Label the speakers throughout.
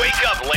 Speaker 1: Wake up,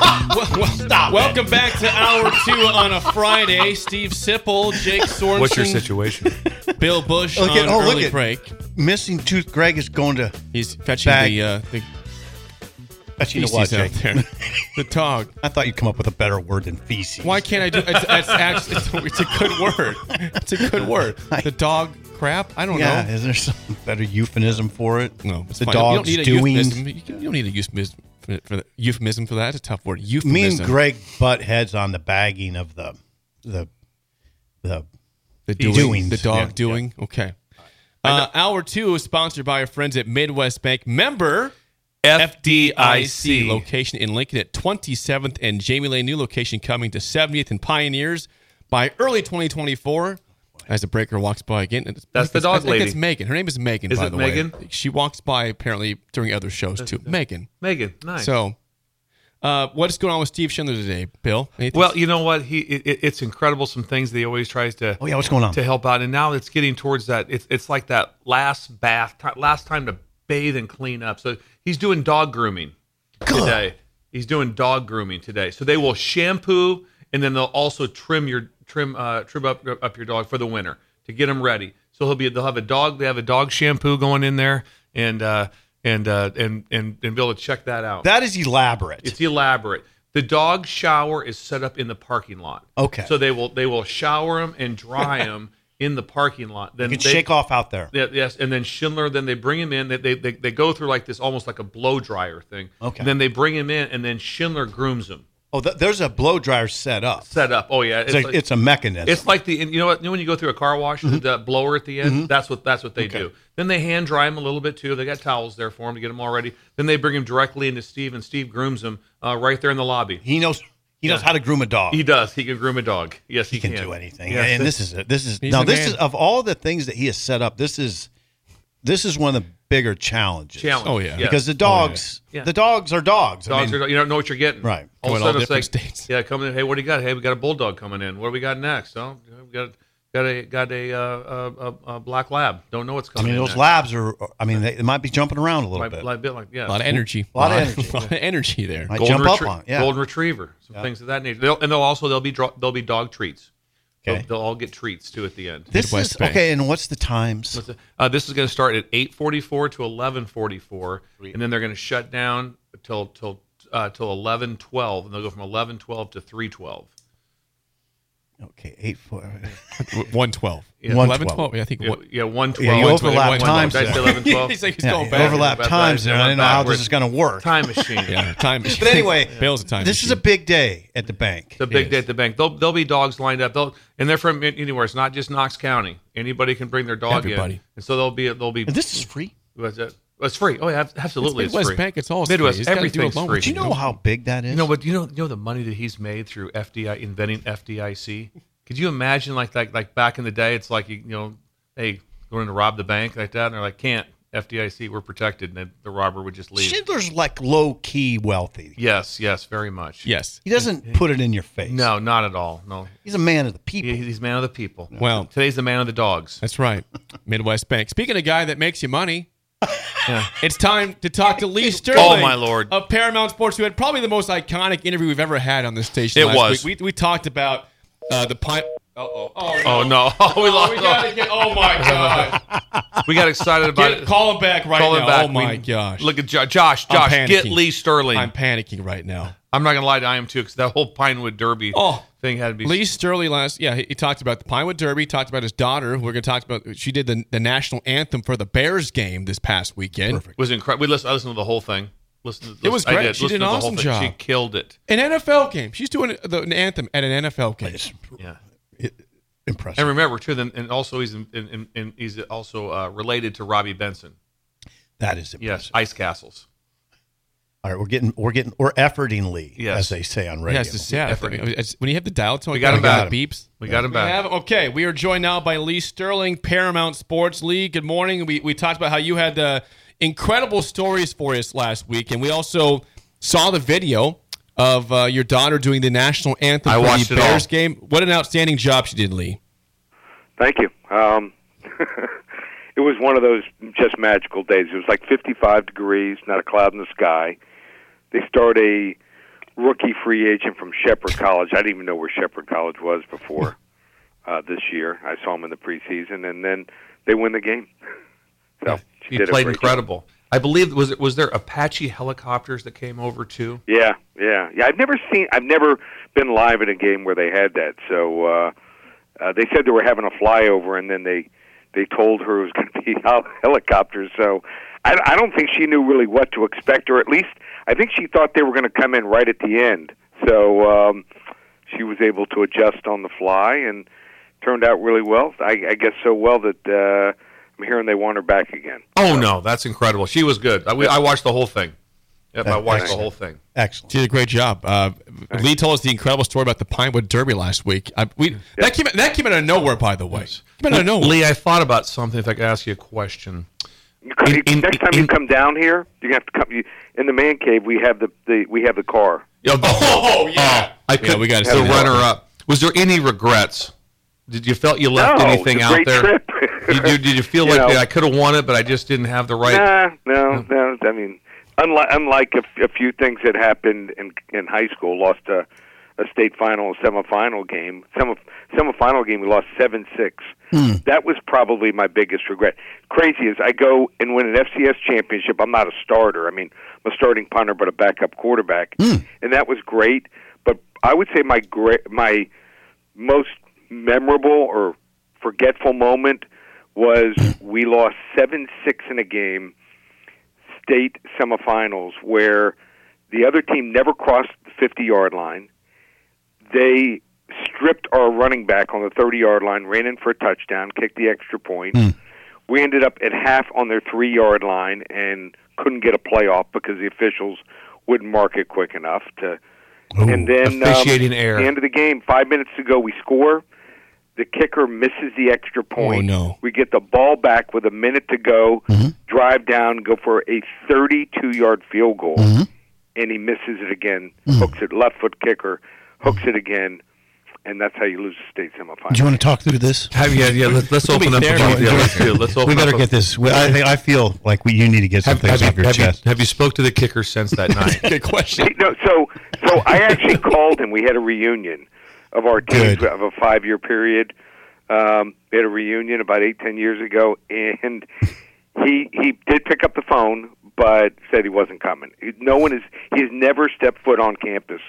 Speaker 2: Well, well, Welcome back to hour two on a Friday. Steve Sipple, Jake Sorensen,
Speaker 3: What's your situation?
Speaker 2: Bill Bush
Speaker 4: Look at-
Speaker 2: on
Speaker 4: oh, look
Speaker 2: early
Speaker 4: at-
Speaker 2: break.
Speaker 4: Missing tooth Greg is going to.
Speaker 2: He's fetching
Speaker 4: Back.
Speaker 2: the uh, the
Speaker 4: Actually, you know what,
Speaker 2: feces out
Speaker 4: Jake?
Speaker 2: there. the dog.
Speaker 4: I thought you'd come up with a better word than feces.
Speaker 2: Why can't I do? It's, it's, actually, it's, a, it's a good word. It's a good word. The dog crap. I don't
Speaker 4: Yeah,
Speaker 2: know.
Speaker 4: is there some better euphemism for it?
Speaker 2: No, it's
Speaker 4: the
Speaker 2: fine.
Speaker 4: dog's
Speaker 2: you don't need a
Speaker 4: doing.
Speaker 2: Euphemism. You can- you don't need a euphemism for, for the, euphemism for that. It's a tough word. Euphemism.
Speaker 4: Me and Greg butt heads on the bagging of the the the.
Speaker 2: The doing,
Speaker 4: He's doing.
Speaker 2: the dog
Speaker 4: Yeah,
Speaker 2: doing. Okay. Uh, hour two is sponsored by our friends at Midwest Bank. Member FDIC location in Lincoln at 27th and Jamie Lane. New location coming to 70th and Pioneers by early 2024. As the breaker walks by again, and it's-
Speaker 5: That's the
Speaker 2: I think
Speaker 5: dog lady.
Speaker 2: It's Megan. Her name is Megan.
Speaker 6: Is
Speaker 2: by
Speaker 6: it
Speaker 2: the way,
Speaker 6: Megan?
Speaker 2: she walks by apparently during other shows too. Megan.
Speaker 6: Megan, nice.
Speaker 2: So, uh, what's going on with Steve Schindler today, Bill? Anything-
Speaker 6: well, you know what? He it, it- it's incredible. Some things that he always tries to
Speaker 4: Oh yeah, what's going on?
Speaker 6: to help out, and now it's getting towards that. It's it's like that last bath, ti- last time to bathe and clean up. So he's doing dog grooming today. He's doing dog grooming today. So they will shampoo, and then they'll also trim your trim uh, trim up up your dog for the winter to get him ready. So he'll be they'll have a dog. They have a dog shampoo going in there, and uh, and uh, and and and be able to check that out.
Speaker 4: That is elaborate.
Speaker 6: It's elaborate. The dog shower is set up in the parking lot.
Speaker 4: Okay.
Speaker 6: So they will they will shower him and dry him in the parking lot. Then
Speaker 4: you can
Speaker 6: they,
Speaker 4: shake off out there.
Speaker 6: Yeah, yes, and then Schindler. Then they bring him in. They, they, they, they go through like this, almost like a blow dryer thing.
Speaker 4: Okay.
Speaker 6: And then they bring him in, and then Schindler grooms him,
Speaker 4: Oh, th- there's a blow dryer set up.
Speaker 6: set up. Oh yeah,
Speaker 4: It's, a,
Speaker 6: like-
Speaker 4: it's Mm-hmm. a mechanism.
Speaker 6: it's like the and you know what you know when you go through a car wash the blower at the end.
Speaker 4: Mm-hmm.
Speaker 6: That's what that's what they do. Then they hand dry him a little bit too. They got towels there for him to get him all ready. Then they bring him directly into Steve, and Steve grooms him uh, right there in the lobby.
Speaker 4: he knows. He knows how to groom a dog.
Speaker 6: He does. He can groom a dog. Yes, he,
Speaker 4: he can do anything.
Speaker 6: Yes.
Speaker 4: And this is it. This is
Speaker 2: He's
Speaker 4: now.
Speaker 2: the
Speaker 4: This
Speaker 2: man.
Speaker 4: is of all the things that he has set up. This is this is one of the bigger challenges.
Speaker 6: Challenge.
Speaker 2: Oh, yeah.
Speaker 6: Yes.
Speaker 4: Because the dogs,
Speaker 6: yeah. Yeah.
Speaker 4: the dogs are dogs.
Speaker 6: dogs
Speaker 4: I mean,
Speaker 6: are you don't know what you're getting.
Speaker 4: Right.
Speaker 6: All
Speaker 2: Go
Speaker 6: of
Speaker 2: in
Speaker 6: a
Speaker 2: all
Speaker 6: sudden, it's like,
Speaker 2: different states.
Speaker 6: yeah, coming in. Hey, what do you got? Hey, we got a bulldog coming in. What do we got next? Oh, we got got a got a uh, uh, uh, uh, black lab. Don't know what's
Speaker 4: I
Speaker 6: coming.
Speaker 4: mean,
Speaker 6: in
Speaker 4: those
Speaker 6: next.
Speaker 4: labs are. I mean, they, they might be jumping around a little
Speaker 6: Might-
Speaker 4: bit.
Speaker 6: might be like
Speaker 2: a
Speaker 6: yeah.
Speaker 2: lot of energy.
Speaker 4: A lot of energy.
Speaker 2: A lot of energy there.
Speaker 4: might
Speaker 6: Golden
Speaker 4: jump up
Speaker 6: retrie-
Speaker 4: on. it. Yeah.
Speaker 6: Golden retriever. Some things of that nature. They'll, and they'll also they'll be dro- they'll be dog treats.
Speaker 4: Okay.
Speaker 6: They'll, they'll all get treats too at the end.
Speaker 4: this
Speaker 2: Midwest
Speaker 4: is
Speaker 2: Bank.
Speaker 4: okay. And what's the times?
Speaker 6: What's it- Uh, this is going to start at 8:44 to 11:44, and then they're going to shut down till till uh, till 11:12, and they'll go from 11:12 to 3:12.
Speaker 4: Okay, eight four.
Speaker 2: 112.
Speaker 4: Yeah. 112.
Speaker 2: 12. Yeah, I think.
Speaker 6: Yeah,
Speaker 2: what-
Speaker 6: yeah, 1:12.
Speaker 4: Yeah, you
Speaker 6: 1:12,
Speaker 4: overlap
Speaker 6: 1:12.
Speaker 4: times
Speaker 6: Did I say
Speaker 4: there.
Speaker 6: 11:12?
Speaker 2: He's like he's
Speaker 4: Yeah,
Speaker 2: going
Speaker 4: you
Speaker 2: back.
Speaker 4: overlap
Speaker 6: Backwards.
Speaker 4: times there. I don't know how
Speaker 6: Backwards.
Speaker 4: this is going to work.
Speaker 6: Time machine.
Speaker 2: Yeah, time machine.
Speaker 4: But anyway,
Speaker 2: Bale's a time
Speaker 4: This is a
Speaker 2: machine.
Speaker 4: big day at the bank.
Speaker 6: It's a big
Speaker 2: Yes.
Speaker 6: day at the bank. They'll they'll be dogs lined up. They'll and they're from an- anywhere. It's not just Knox County. Anybody can bring their dog
Speaker 2: Everybody.
Speaker 6: in, and so they'll be they'll be.
Speaker 4: And this is free.
Speaker 6: what's it? It's free. Oh yeah, ab- absolutely. It's,
Speaker 2: Midwest
Speaker 6: free.
Speaker 2: Bank, it's all
Speaker 6: Midwest.
Speaker 2: free. He's gotta do
Speaker 6: everything's
Speaker 2: a loan
Speaker 6: free.
Speaker 2: with
Speaker 4: Do you know how big that is?
Speaker 6: You know, but you know, you know the money that he's made through FDI inventing FDIC. Could you imagine like like like back in the day? It's like you, you know, hey, going to rob the bank like that, and they're like, can't FDIC, we're protected, and the, the robber would just leave.
Speaker 4: Schindler's like low key wealthy.
Speaker 6: Yes, yes, very much.
Speaker 2: Yes.
Speaker 4: He doesn't put it in your face.
Speaker 6: No, not at all. No,
Speaker 4: he's a man of the people.
Speaker 6: He- he's man of the people.
Speaker 2: Well-
Speaker 6: today's the man of the dogs.
Speaker 2: That's right. Midwest Bank. Speaking of guy that makes you money, it's time to talk to Lee Sterling.
Speaker 6: Oh, my Lord.
Speaker 2: Of Paramount Sports, who had probably the most iconic interview we've ever had on this station.
Speaker 6: It
Speaker 2: last
Speaker 6: was.
Speaker 2: week. We, we talked about uh, the pipe. Oh, oh,
Speaker 6: Oh no, we
Speaker 2: Oh,
Speaker 6: lost.
Speaker 2: we gotta get, oh my god!
Speaker 6: we got excited about
Speaker 2: Get,
Speaker 6: it.
Speaker 2: call him back right
Speaker 6: Call
Speaker 2: now.
Speaker 6: him back.
Speaker 2: Oh my
Speaker 6: We-
Speaker 2: gosh!
Speaker 6: Look at Jo- Josh.
Speaker 2: I'm
Speaker 6: Josh, get
Speaker 2: panicking.
Speaker 6: Lee Sterling.
Speaker 2: I'm
Speaker 6: I'm,
Speaker 2: panicking right now.
Speaker 6: not gonna lie to I am too, because that whole Pinewood Derby
Speaker 2: Oh,
Speaker 6: thing had to be.
Speaker 2: Lee Sterling last, yeah, he, he talked about the Pinewood Derby. Talked about his daughter. We're gonna talk about. She did the, the national anthem for the Bears game this past weekend. Perfect.
Speaker 6: was incredible. We listened, I listened to the whole thing. Listen, to,
Speaker 2: It was
Speaker 6: listen- I
Speaker 2: great. She did an
Speaker 6: Listen to the whole
Speaker 2: awesome
Speaker 6: thing.
Speaker 2: job.
Speaker 6: She killed it.
Speaker 2: An NFL game. She's doing the, an anthem at an NFL game.
Speaker 6: Yeah.
Speaker 4: Impressive.
Speaker 6: And remember too, then, and also he's in, in, in, in, he's also uh, related to Robbie Benson.
Speaker 4: that is
Speaker 6: Yes,
Speaker 4: impressive.
Speaker 6: Ice Castles.
Speaker 4: All right, we're getting we're getting we're efforting Lee,
Speaker 6: Yes.
Speaker 4: as they say on radio.
Speaker 2: Yes, it's sad.
Speaker 6: Effort.
Speaker 2: It's- When you have the dial tone,
Speaker 6: We got
Speaker 2: it
Speaker 6: him back.
Speaker 2: beeps.
Speaker 6: We got him
Speaker 2: We
Speaker 6: back.
Speaker 2: have- okay, we are joined now by Lee Sterling, Paramount Sports League. Good morning. We, we talked about how you had uh, incredible stories for us last week, and we also saw the video of uh, your daughter doing the national anthem
Speaker 6: I
Speaker 2: for
Speaker 6: watched
Speaker 2: the
Speaker 6: it all.
Speaker 2: Bears game. What an outstanding job she did, Lee.
Speaker 7: Thank you. Um, it was one of those just magical days. It was like 55 degrees, not a cloud in the sky. They start a rookie free agent from Shepherd College. I didn't even know where Shepherd College was before uh, this year. I saw him in the preseason, and then they win the game. So she
Speaker 6: He
Speaker 7: did a
Speaker 6: played
Speaker 7: great job.
Speaker 6: incredible. I believe was it was there Apache helicopters that came over too?
Speaker 7: Yeah, yeah, yeah. I've never seen. I've never been live at a game where they had that. So uh, uh, they said they were having a flyover, and then they they told her it was going to be hel- helicopters. So I, I don't think she knew really what to expect, or at least I think she thought they were going to come in right at the end. So um, she was able to adjust on the fly and turned out really well. I, I guess so well that uh, I'm hearing they want her back again.
Speaker 6: Oh no, that's incredible. She was good. I, we, I watched the whole thing. Yep, I watched the
Speaker 4: Excellent.
Speaker 6: whole thing.
Speaker 4: Excellent.
Speaker 2: She did a great job. Uh, Lee told us the incredible story about the Pinewood Derby last week. I, we, that, came, that came out of nowhere, by the way. Came out of nowhere.
Speaker 6: Lee, I thought about something. If I could ask you a question,
Speaker 7: You come,
Speaker 6: In- in-
Speaker 7: next time
Speaker 6: in-
Speaker 7: you come down here, you have to come. You, in the man cave, we have the, the we have the car.
Speaker 6: oh, yeah, I could.
Speaker 2: we gotta
Speaker 6: the
Speaker 2: see that.
Speaker 6: runner up. Uh, Was there any regrets? Did you felt you left
Speaker 7: No,
Speaker 6: anything
Speaker 7: Oh, it's a
Speaker 6: out
Speaker 7: great
Speaker 6: there?
Speaker 7: trip.
Speaker 6: Did, you, did you feel
Speaker 7: You
Speaker 6: like
Speaker 7: know.
Speaker 6: I could have won it, but I just didn't have the right?
Speaker 7: Nah, no, no. I mean, unlike unlike a, f- a few things that happened in in high school, lost a a state final, and semifinal game, semi semifinal game, we lost seven six. That was probably my biggest regret. Crazy is I go and win an FCS championship. I'm not a starter. I mean, I'm a starting punter, but a backup quarterback, and that was great. But I would say my great my most memorable or forgetful moment was we lost seven six in a game state semifinals where the other team never crossed the 50 yard line. They stripped our running back on the 30 yard line, ran in for a touchdown, kicked the extra point. We ended up at half on their three yard line and couldn't get a playoff because the officials wouldn't mark it quick enough to. and then
Speaker 6: officiating
Speaker 7: um,
Speaker 6: error.
Speaker 7: The end of the game, five minutes to go, we score. The kicker misses the extra
Speaker 6: Oh,
Speaker 7: point.
Speaker 2: no.
Speaker 7: We get the ball back with a minute to go,
Speaker 6: Mm-hmm.
Speaker 7: drive down, go for a 32 yard field goal,
Speaker 6: Mm-hmm.
Speaker 7: and he misses it again, hooks it, left foot kicker, hooks it again, and that's how you lose the state semifinal.
Speaker 4: Do you want to talk through this?
Speaker 6: Have you? Yeah, let's, let's open up. the- yeah, let's do it. Let's open
Speaker 4: we better
Speaker 6: up
Speaker 4: get this. we- I think I feel like we, you need to get some
Speaker 6: Have,
Speaker 4: things
Speaker 6: have
Speaker 4: off
Speaker 6: you,
Speaker 4: your
Speaker 6: have, you,
Speaker 4: chest.
Speaker 6: have you spoke to the kicker since that night?
Speaker 2: Good question.
Speaker 7: Hey, no, so so I actually called him. We had a reunion of our teams
Speaker 4: Good.
Speaker 7: of a five year period. Um, we had a reunion about eight ten years ago, and he he did pick up the phone, but said he wasn't coming. He- No one is he's never stepped foot on campus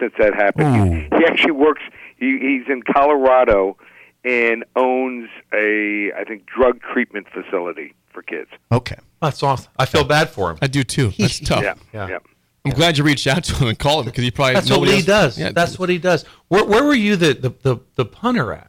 Speaker 7: since that happened. He, he actually works. He, he's in Colorado and owns a I think drug treatment facility for kids.
Speaker 4: Okay.
Speaker 6: That's awesome. I feel bad for him.
Speaker 2: I do too. That's tough.
Speaker 7: Yeah,
Speaker 6: Yeah.
Speaker 7: yeah.
Speaker 2: I'm glad you reached out to him and called him because he probably
Speaker 6: That's what
Speaker 2: nobody
Speaker 6: Lee
Speaker 2: else-
Speaker 6: does.
Speaker 2: Yeah.
Speaker 6: That's what he does. Where, where were you the, the, the, the punter at?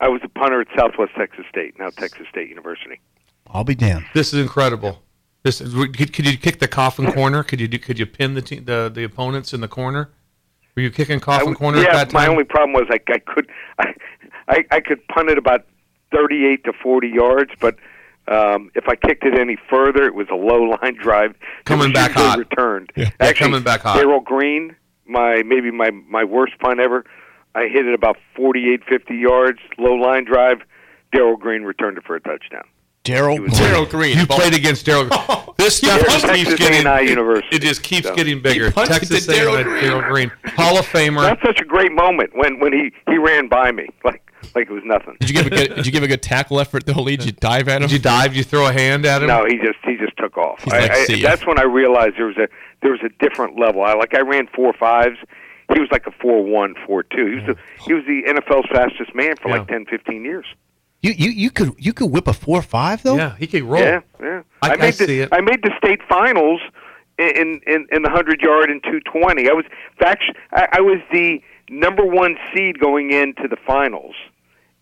Speaker 7: I was a punter at Southwest Texas State, now Texas State University.
Speaker 4: I'll be damned.
Speaker 6: This is incredible. This is, could, could you kick the coffin corner? Could you do, could you pin the, te- the the opponents in the corner? Were you kicking
Speaker 7: I
Speaker 6: coffin
Speaker 7: w-
Speaker 6: corner
Speaker 7: yeah,
Speaker 6: at that time?
Speaker 7: my only problem was I, I could I, I I could punt it about thirty-eight to forty yards, but um, if I kicked it any further, it was a low-line drive. that
Speaker 6: Coming
Speaker 7: was
Speaker 6: back
Speaker 7: usually
Speaker 6: hot.
Speaker 7: returned.
Speaker 6: Yeah. Yeah,
Speaker 7: Actually,
Speaker 6: coming back hot.
Speaker 7: Daryl Green, my maybe my my worst punt ever. I hit it about 48, 50 yards, low-line drive. Daryl Green returned it for a touchdown.
Speaker 4: Daryl
Speaker 2: Daryl Green.
Speaker 6: You played against Daryl. This stuff
Speaker 7: There's
Speaker 6: just keeps
Speaker 7: Texas
Speaker 6: getting
Speaker 7: A&I
Speaker 6: it-
Speaker 7: University,
Speaker 6: It just keeps
Speaker 7: so.
Speaker 6: getting bigger.
Speaker 2: punted
Speaker 6: Texas
Speaker 2: to Darryl
Speaker 6: A&I,
Speaker 2: Green.
Speaker 6: Daryl Green, Hall of Famer.
Speaker 7: That's such a great moment when when he he ran by me like like it was nothing.
Speaker 2: Did you give a good? Did you give a good tackle effort though, Lee? Did you dive at him?
Speaker 6: Did you dive? Did you throw a hand at him?
Speaker 7: No, he just he just took off.
Speaker 2: He's like,
Speaker 7: I,
Speaker 2: "See
Speaker 7: I,
Speaker 2: ya."
Speaker 7: that's when I realized there was a there was a different level. I like I ran four fives. He was like a four one four two. He was the, he was the NFL's fastest man for like
Speaker 6: Yeah.
Speaker 7: ten fifteen years.
Speaker 4: You you you could you could whip a four five though.
Speaker 6: Yeah, he could roll.
Speaker 7: Yeah, yeah.
Speaker 6: I-
Speaker 7: made
Speaker 6: I
Speaker 7: the,
Speaker 6: see it.
Speaker 7: I made the state finals in in, in the hundred yard and two twenty. I was fact I, I was the number one seed going into the finals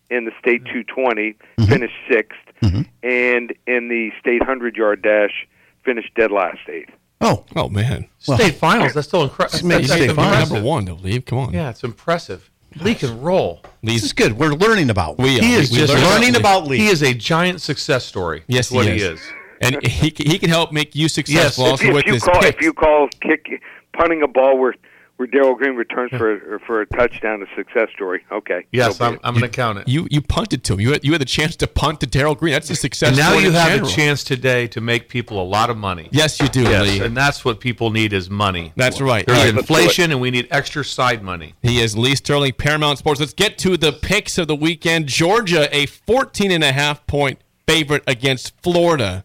Speaker 7: in the state
Speaker 6: Mm-hmm.
Speaker 7: two finished 6th and in the state hundred yard dash, finished dead last eighth.
Speaker 4: Oh,
Speaker 2: Oh man,
Speaker 6: State finals. That's still incre- that's-
Speaker 4: made
Speaker 6: that's
Speaker 4: state
Speaker 6: impressive.
Speaker 4: finals.
Speaker 2: number one though, Lee. Come on.
Speaker 6: Yeah, it's impressive. Lee can roll.
Speaker 4: this is good. We're learning about.
Speaker 2: We are.
Speaker 4: he is
Speaker 2: We
Speaker 4: just
Speaker 2: learn about
Speaker 4: learning
Speaker 2: Lee.
Speaker 4: about Lee.
Speaker 6: He is a giant success story.
Speaker 2: Yes,
Speaker 6: That's what
Speaker 2: he
Speaker 6: he
Speaker 2: is.
Speaker 6: is.
Speaker 2: And he, c- he can help make you successful
Speaker 6: Yes,
Speaker 2: also
Speaker 7: if
Speaker 2: with
Speaker 7: you
Speaker 2: his
Speaker 7: call
Speaker 2: kicks.
Speaker 7: if you call kick punting a ball where where Daryl Green returns for a, for a touchdown a success story. Okay. So
Speaker 6: Yes,
Speaker 7: be
Speaker 6: I'm,
Speaker 7: it.
Speaker 6: I'm going to count it.
Speaker 2: you you punted to him. You had, you had the chance to punt to Daryl Green. That's a success.
Speaker 6: and now
Speaker 2: story
Speaker 6: you
Speaker 2: in
Speaker 6: have
Speaker 2: general.
Speaker 6: a chance today to make people a lot of money.
Speaker 2: Yes, you do,
Speaker 6: Yes,
Speaker 2: Lee.
Speaker 6: and that's what people need is money.
Speaker 2: That's right. All
Speaker 6: There's
Speaker 2: right.
Speaker 6: inflation, and we need extra side money.
Speaker 2: He is Lee Sterling, Paramount Sports. Let's get to the picks of the weekend. Georgia, a 14 and a half point favorite against Florida.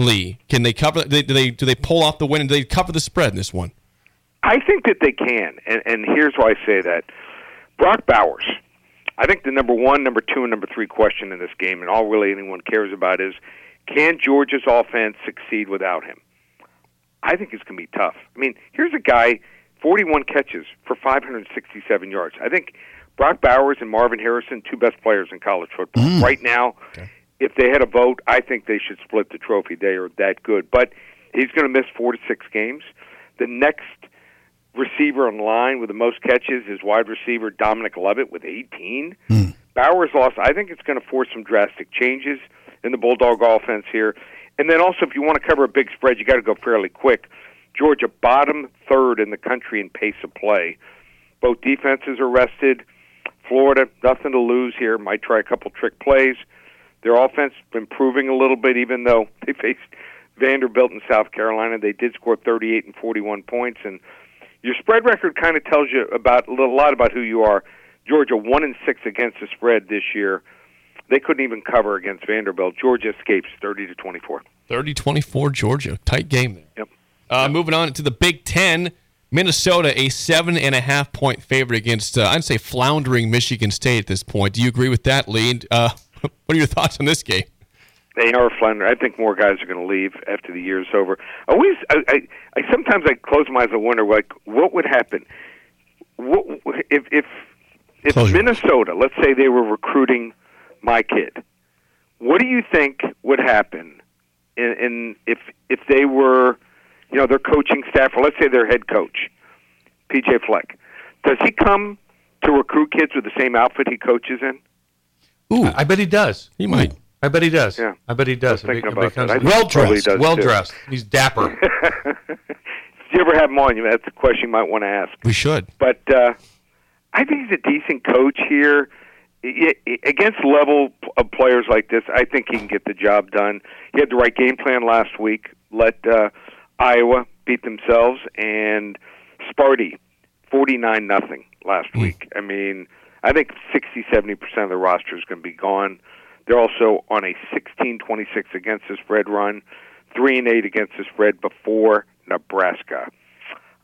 Speaker 2: Lee, can they cover? They, do they do they pull off the win? And do they cover the spread in this one?
Speaker 7: I think that they can, and, and here's why I say that. Brock Bowers, I think the number one, number two, and number three question in this game, and all really anyone cares about is can Georgia's offense succeed without him? I think it's going to be tough. I mean, here's a guy, 41 catches for 567 yards. I think Brock Bowers and Marvin Harrison, two best players in college football right now. If they had a vote, I think they should split the trophy. They are that good, but he's going to miss four to six games. The next receiver in line with the most catches is wide receiver Dominic Lovett with 18. Bowers lost. I think it's going to force some drastic changes in the Bulldog offense here. And then also, if you want to cover a big spread, you got to go fairly quick. Georgia bottom third in the country in pace of play. Both defenses are rested. Florida, nothing to lose here. Might try a couple trick plays. Their offense improving a little bit, even though they faced Vanderbilt in South Carolina. They did score 38 and 41 points, and your spread record kind of tells you about a little- lot about who you are. Georgia one and six against the spread this year. They couldn't even cover against Vanderbilt. Georgia escapes 30 to 24.
Speaker 2: 30 24 Georgia. Tight game there.
Speaker 7: Yep.
Speaker 2: Uh, moving on to the Big Ten. Minnesota, a seven and a half point favorite against, uh, I'd say, floundering Michigan State at this point. Do you agree with that, Lee? And, Uh, what are your thoughts on this game?
Speaker 7: They are flounder. I think more guys are going to leave after the year's over. I always, I, I, I sometimes I close my eyes and wonder, like, what would happen what, if if if
Speaker 2: Close your eyes.
Speaker 7: Minnesota, let's say they were recruiting my kid, what do you think would happen? In, in if if they were, you know, their coaching staff, or let's say their head coach, PJ Fleck, does he come to recruit kids with the same outfit he coaches in?
Speaker 6: Ooh, I, I bet he does.
Speaker 2: He might.
Speaker 6: I bet he does. Yeah. I bet he does.
Speaker 7: I was thinking
Speaker 6: I bet he
Speaker 7: about that.
Speaker 6: comes-
Speaker 7: I think
Speaker 6: well
Speaker 7: he probably
Speaker 6: dressed.
Speaker 7: does,
Speaker 6: Well
Speaker 7: too.
Speaker 6: dressed. He's dapper.
Speaker 7: Did you ever have him on? You- That's a question you might want to ask.
Speaker 2: We should.
Speaker 7: But uh, I think he's a decent coach here. I- I- Against level p- of players like this, I think he can get the job done. He had the right game plan last week. Let uh, Iowa beat themselves and Sparty forty nine nothing last week. I mean, I think 60 70 percent of the roster is going to be gone. They're also on a 16-26 against the spread run, three and eight against the spread before Nebraska.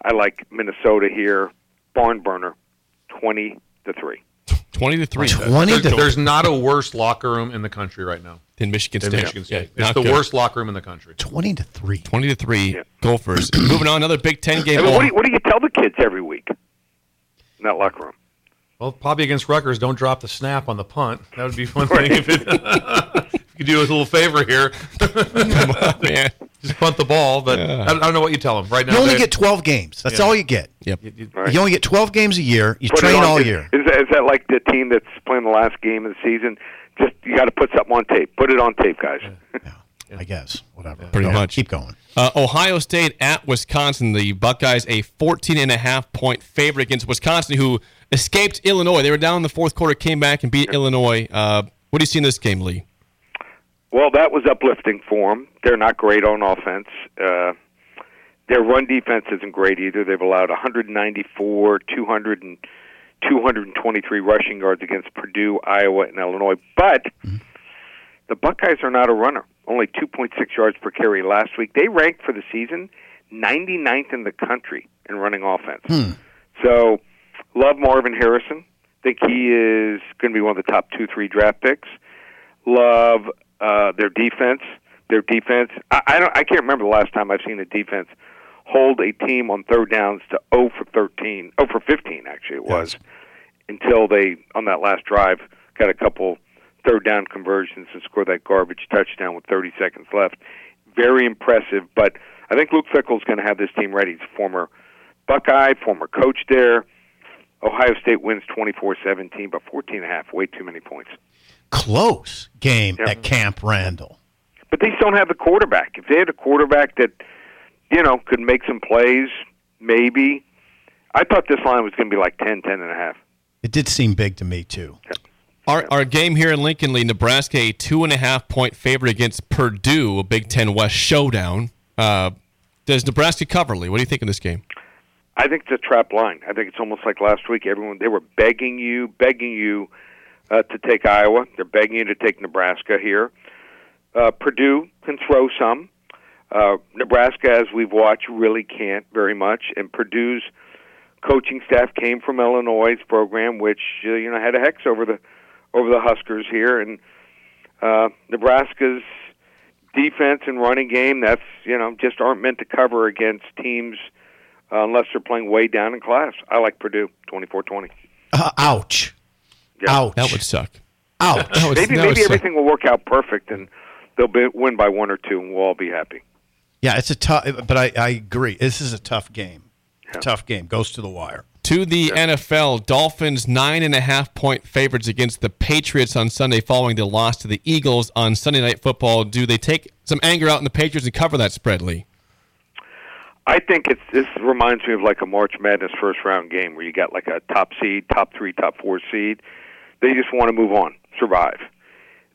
Speaker 7: I like Minnesota here. Barn burner, twenty to three.
Speaker 2: 20 to 3.
Speaker 6: There's- There's not a worse locker room in the country right now
Speaker 2: Than Michigan
Speaker 6: than
Speaker 2: State.
Speaker 6: Michigan
Speaker 2: Yeah,
Speaker 6: State. it's
Speaker 2: not
Speaker 6: the
Speaker 2: good.
Speaker 6: worst locker room in the country.
Speaker 2: 20 to 3. 20 to 3 Gophers. Moving on, another Big Ten game.
Speaker 7: I mean, what,
Speaker 2: on.
Speaker 7: do you, what do you tell the kids every week in that locker room?
Speaker 6: Well, probably against Rutgers, don't drop the snap on the punt. That would be one thing if, it, if you could do us a little favor here.
Speaker 2: Oh, man.
Speaker 6: Just punt the ball, but I, I don't know what you tell them right now.
Speaker 4: you only
Speaker 6: they-
Speaker 4: get 12 games. That's
Speaker 6: Yeah.
Speaker 4: all you get.
Speaker 2: Yep.
Speaker 4: You only get 12 games a year. You
Speaker 7: Put it
Speaker 4: train
Speaker 7: on-
Speaker 4: all
Speaker 7: is-
Speaker 4: year.
Speaker 7: Is that, is that like the team that's playing the last game of the season? Just you got to put something on tape. Put it on tape, guys.
Speaker 4: I guess. Whatever.
Speaker 2: Pretty
Speaker 4: Go on.
Speaker 2: much.
Speaker 4: Keep going.
Speaker 2: Uh, Ohio State at Wisconsin. The Buckeyes a 14 and a half point favorite against Wisconsin, who escaped Illinois. They were down in the fourth quarter, came back and beat Illinois. Uh, what do you see in this game, Lee?
Speaker 7: Well, that was uplifting for them. They're not great on offense. Uh, their run defense isn't great either. They've allowed 194, 200, and 223 rushing yards against Purdue, Iowa, and Illinois. But the Buckeyes are not a runner. Only 2.6 yards per carry last week. They ranked for the season 99th in the country in running offense. So, love Marvin Harrison. Think he is going to be one of the top two, three draft picks. Love uh, their defense. Their defense. I, I don't. I can't remember the last time I've seen a defense hold a team on third downs to 0 for 13, 0 for 15. Actually, it was until they on that last drive got a couple third down conversions and scored that garbage touchdown with 30 seconds left. Very impressive. But I think Luke Fickle's going to have this team ready. He's a former Buckeye, former coach there. Ohio State wins 24-17, but 14 and a half, way too many points.
Speaker 4: Close game at Camp Randall.
Speaker 7: But they just don't have the quarterback. If they had a quarterback that, you know, could make some plays, maybe. I thought this line was going to be like 10, 10 and a half.
Speaker 4: It did seem big to me, too.
Speaker 2: Our, our game here in Lincoln, Lee, Nebraska, a two and a half point favorite against Purdue, a Big Ten West showdown. Uh, does Nebraska cover, Lee? What do you think in this game?
Speaker 7: I think it's a trap line. I think it's almost like last week. Everyone they were begging you, begging you uh, to take Iowa. They're begging you to take Nebraska here. Uh, Purdue can throw some. Uh, Nebraska, as we've watched, really can't very much. And Purdue's coaching staff came from Illinois' program, which uh, you know had a hex over the over the Huskers here. And uh, Nebraska's defense and running game that's you know just aren't meant to cover against teams uh, unless they're playing way down in class. I like Purdue, 24-20.
Speaker 4: Uh, ouch. Ouch.
Speaker 2: That would suck.
Speaker 4: Ouch.
Speaker 7: maybe maybe everything will work out perfect and they'll be, win by one or two and we'll all be happy.
Speaker 4: Yeah, it's a tough, but I, I agree. This is a tough game. Tough game. Goes to the wire.
Speaker 2: To the NFL, Dolphins nine and a half point favorites against the Patriots on Sunday following the loss to the Eagles on Sunday Night Football. Do they take some anger out in the Patriots and cover that spread, Lee?
Speaker 7: I think it's this reminds me of like a March Madness first round game where you got like a top seed, top three, top four seed. They just want to move on, survive.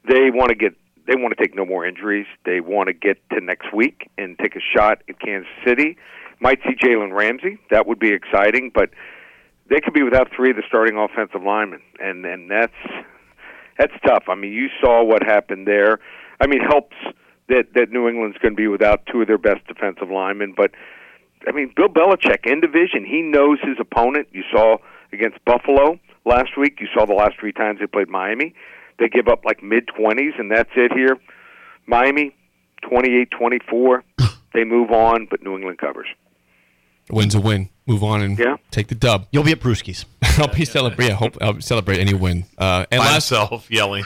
Speaker 7: They want to get they want to take no more injuries. They want to get to next week and take a shot at Kansas City. Might see Jalen Ramsey. That would be exciting, but they could be without three of the starting offensive linemen, and and that's that's tough. I mean, you saw what happened there. I mean, helps that that New England's going to be without two of their best defensive linemen, but I mean, Bill Belichick in division, he knows his opponent. You saw against Buffalo last week. You saw the last three times they played Miami. They give up like mid 20s, and that's it here. Miami, 28 24. They move on, but New England covers.
Speaker 2: A win's a win. Move on and
Speaker 7: Yeah.
Speaker 2: take the dub.
Speaker 4: You'll be at Brewski's.
Speaker 2: I'll be celebrate. Yeah, hope I'll celebrate any win. Uh, and
Speaker 6: By
Speaker 2: last,
Speaker 6: himself yelling.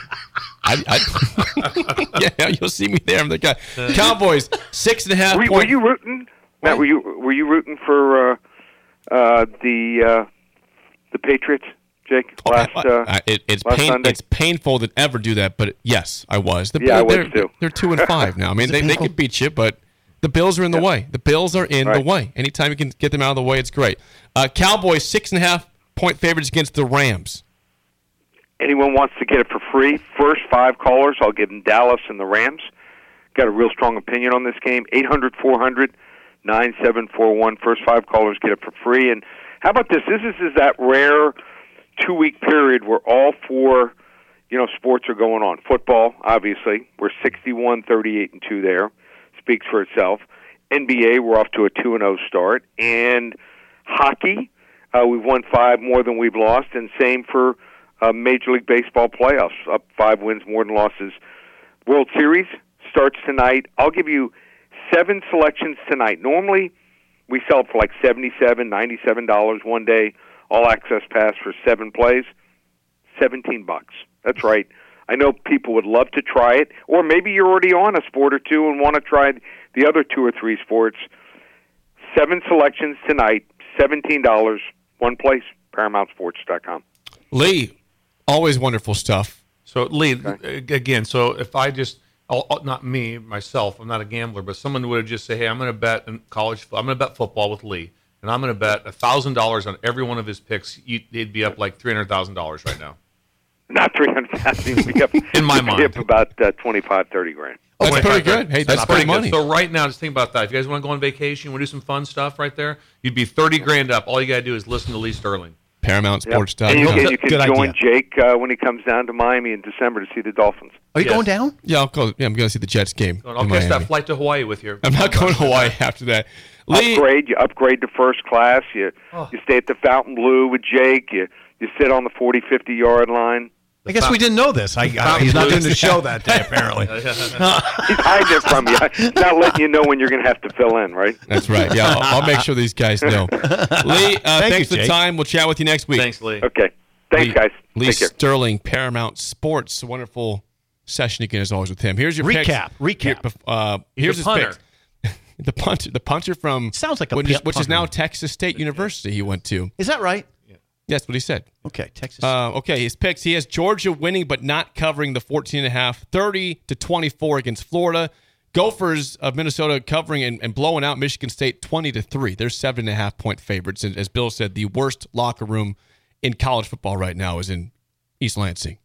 Speaker 2: I, I, yeah, you'll see me there. I'm the guy. Cowboys six and a half
Speaker 7: Were, were
Speaker 2: point.
Speaker 7: you rooting? Matt, were you were you rooting for uh, uh, the uh, the Patriots? Jake? Last uh,
Speaker 2: I, it, it's
Speaker 7: last
Speaker 2: pain,
Speaker 7: Sunday.
Speaker 2: it's painful to ever do that, but yes, I was. The,
Speaker 7: Yeah, I was
Speaker 2: they're,
Speaker 7: too.
Speaker 2: They're two and five now. I mean,
Speaker 7: Is it
Speaker 2: they, they
Speaker 7: painful?
Speaker 2: could beat you, but the Bills are in the way. The Bills are in the
Speaker 7: Right.
Speaker 2: way. Anytime you can get them out of the way, it's great. Uh, Cowboys six and a half point favorites against the Rams.
Speaker 7: Anyone wants to get it for free? First five callers, I'll give them Dallas and the Rams. Got a real strong opinion on this game. 800 400 9741. First five callers get it for free. And how about this? This is, is that rare two week period where all four you know sports are going on. Football, obviously, we're 61 38 and 2 there. Speaks for itself. NBA, we're off to a 2 and 0 start. And hockey, uh, we've won five more than we've lost. And same for uh, Major League Baseball playoffs, up five wins more than losses. World Series starts tonight. I'll give you seven selections tonight. Normally, we sell for like seventy-seven, ninety-seven dollars one day. All access pass for seven plays, seventeen bucks. That's right. I know people would love to try it, or maybe you're already on a sport or two and want to try the other two or three sports. Seven selections tonight, seventeen dollars one place. ParamountSports.com.
Speaker 2: Lee, always wonderful stuff.
Speaker 6: So Lee, a- again, so if I just, I'll, I'll- not me myself, I'm not a gambler, but someone would have just said, "Hey, I'm going to bet in college. I'm going to bet football with Lee, and I'm going to bet a thousand dollars on every one of his picks." You, they'd be up like three hundred thousand dollars right now.
Speaker 7: Not three hundred thousand. We up
Speaker 6: in my mind.
Speaker 7: up about uh, twenty-five, thirty grand.
Speaker 6: Oh,
Speaker 2: pretty
Speaker 6: 25 grand.
Speaker 2: good. Hey, that's
Speaker 6: not
Speaker 2: pretty
Speaker 6: bad.
Speaker 2: money.
Speaker 6: So right now, just think about that. If you guys want to go on vacation, want to do some fun stuff right there, you'd be thirty grand up. All you got to do is listen to Lee Sterling.
Speaker 2: ParamountSports.com.
Speaker 7: And you can, you can
Speaker 6: Uh, Good idea.
Speaker 7: join Jake uh, when he comes down to Miami in December to see the Dolphins.
Speaker 4: Are you going down?
Speaker 2: Yeah, I'll go. Yeah, I'm going to see the Jets game.
Speaker 6: I'll
Speaker 2: in
Speaker 6: catch
Speaker 2: Miami.
Speaker 6: that flight to Hawaii with you.
Speaker 2: I'm not going to Hawaii after that. Lee,
Speaker 7: Upgrade. You upgrade to first class. You
Speaker 6: Oh.
Speaker 7: you stay at the Fountain Blue with Jake. You you sit on the 40, 50 yard line.
Speaker 4: I guess we didn't know this. I, I, he's not doing the show that day, apparently.
Speaker 7: He's hiding it from you. He's not letting you know when you're going to have to fill in, right?
Speaker 2: That's right. Yeah, I'll, I'll make sure these guys know. Lee, uh, thanks for the
Speaker 7: Jake.
Speaker 2: time. We'll chat with you next week.
Speaker 6: Thanks, Lee.
Speaker 7: Okay. Thanks, guys.
Speaker 2: Lee
Speaker 7: Take care.
Speaker 2: Sterling, Paramount Sports. Wonderful session again, as always, with him. Here's your picks.
Speaker 4: Recap, recap.
Speaker 2: Here, uh, here's
Speaker 4: The
Speaker 2: his
Speaker 4: punter.
Speaker 2: picks. the punter. The punter from sounds like
Speaker 4: a
Speaker 2: which,
Speaker 4: pu-
Speaker 2: is- which is now
Speaker 4: punter.
Speaker 2: Texas State University. He went to.
Speaker 4: Is that right?
Speaker 2: That's what he said.
Speaker 4: Okay, Texas.
Speaker 2: Uh, okay, his picks. He has Georgia winning but not covering the 14 and a half, 30 to 24 against Florida. Gophers of Minnesota covering and, and blowing out Michigan State 20 to 3. They're seven and a half point favorites. And as Bill said, the worst locker room in college football right now is in East Lansing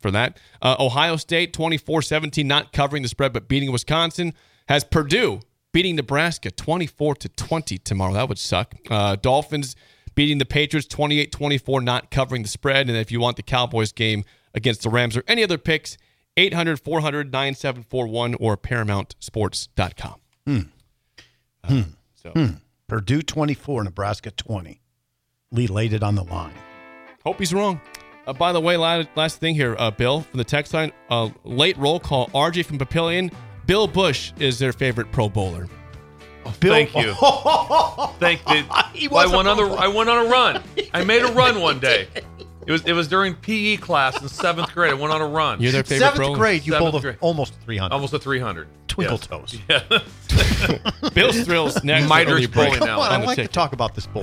Speaker 2: for that. Uh, Ohio State 24 17, not covering the spread, but beating Wisconsin. Has Purdue beating Nebraska 24 to 20 tomorrow. That would suck. Uh, Dolphins beating the Patriots 28 24, not covering the spread. And if you want the Cowboys game against the Rams or any other picks, 800 400 9741 or ParamountSports.com.
Speaker 4: Hmm. Hmm.
Speaker 2: so-
Speaker 4: Hmm. Purdue 24, Nebraska 20. Lee laid it on the line.
Speaker 2: Hope he's wrong. Uh, by the way, last, last thing here, uh, Bill from the text line, uh, late roll call. RJ from Papillion. Bill Bush is their favorite Pro Bowler.
Speaker 4: Bill-
Speaker 6: Oh, Thank you. Thank you. Well, I
Speaker 4: was a
Speaker 6: went on the,
Speaker 4: pro-
Speaker 6: I went on a run. I made a run one day. It was it was during PE class in seventh grade. I went on a run.
Speaker 2: You're their favorite
Speaker 4: Seventh
Speaker 2: Pro.
Speaker 4: grade, you
Speaker 6: Seventh
Speaker 4: pulled a,
Speaker 6: grade.
Speaker 4: almost 300.
Speaker 6: Almost a 300.
Speaker 4: Twinkle
Speaker 6: Yes.
Speaker 4: toes.
Speaker 2: Bill's thrills next. with
Speaker 6: Miter's
Speaker 2: early break
Speaker 6: bowling alley.
Speaker 4: Come on,
Speaker 2: on
Speaker 4: I
Speaker 2: the
Speaker 4: like to
Speaker 2: ticket.
Speaker 4: talk about this boy.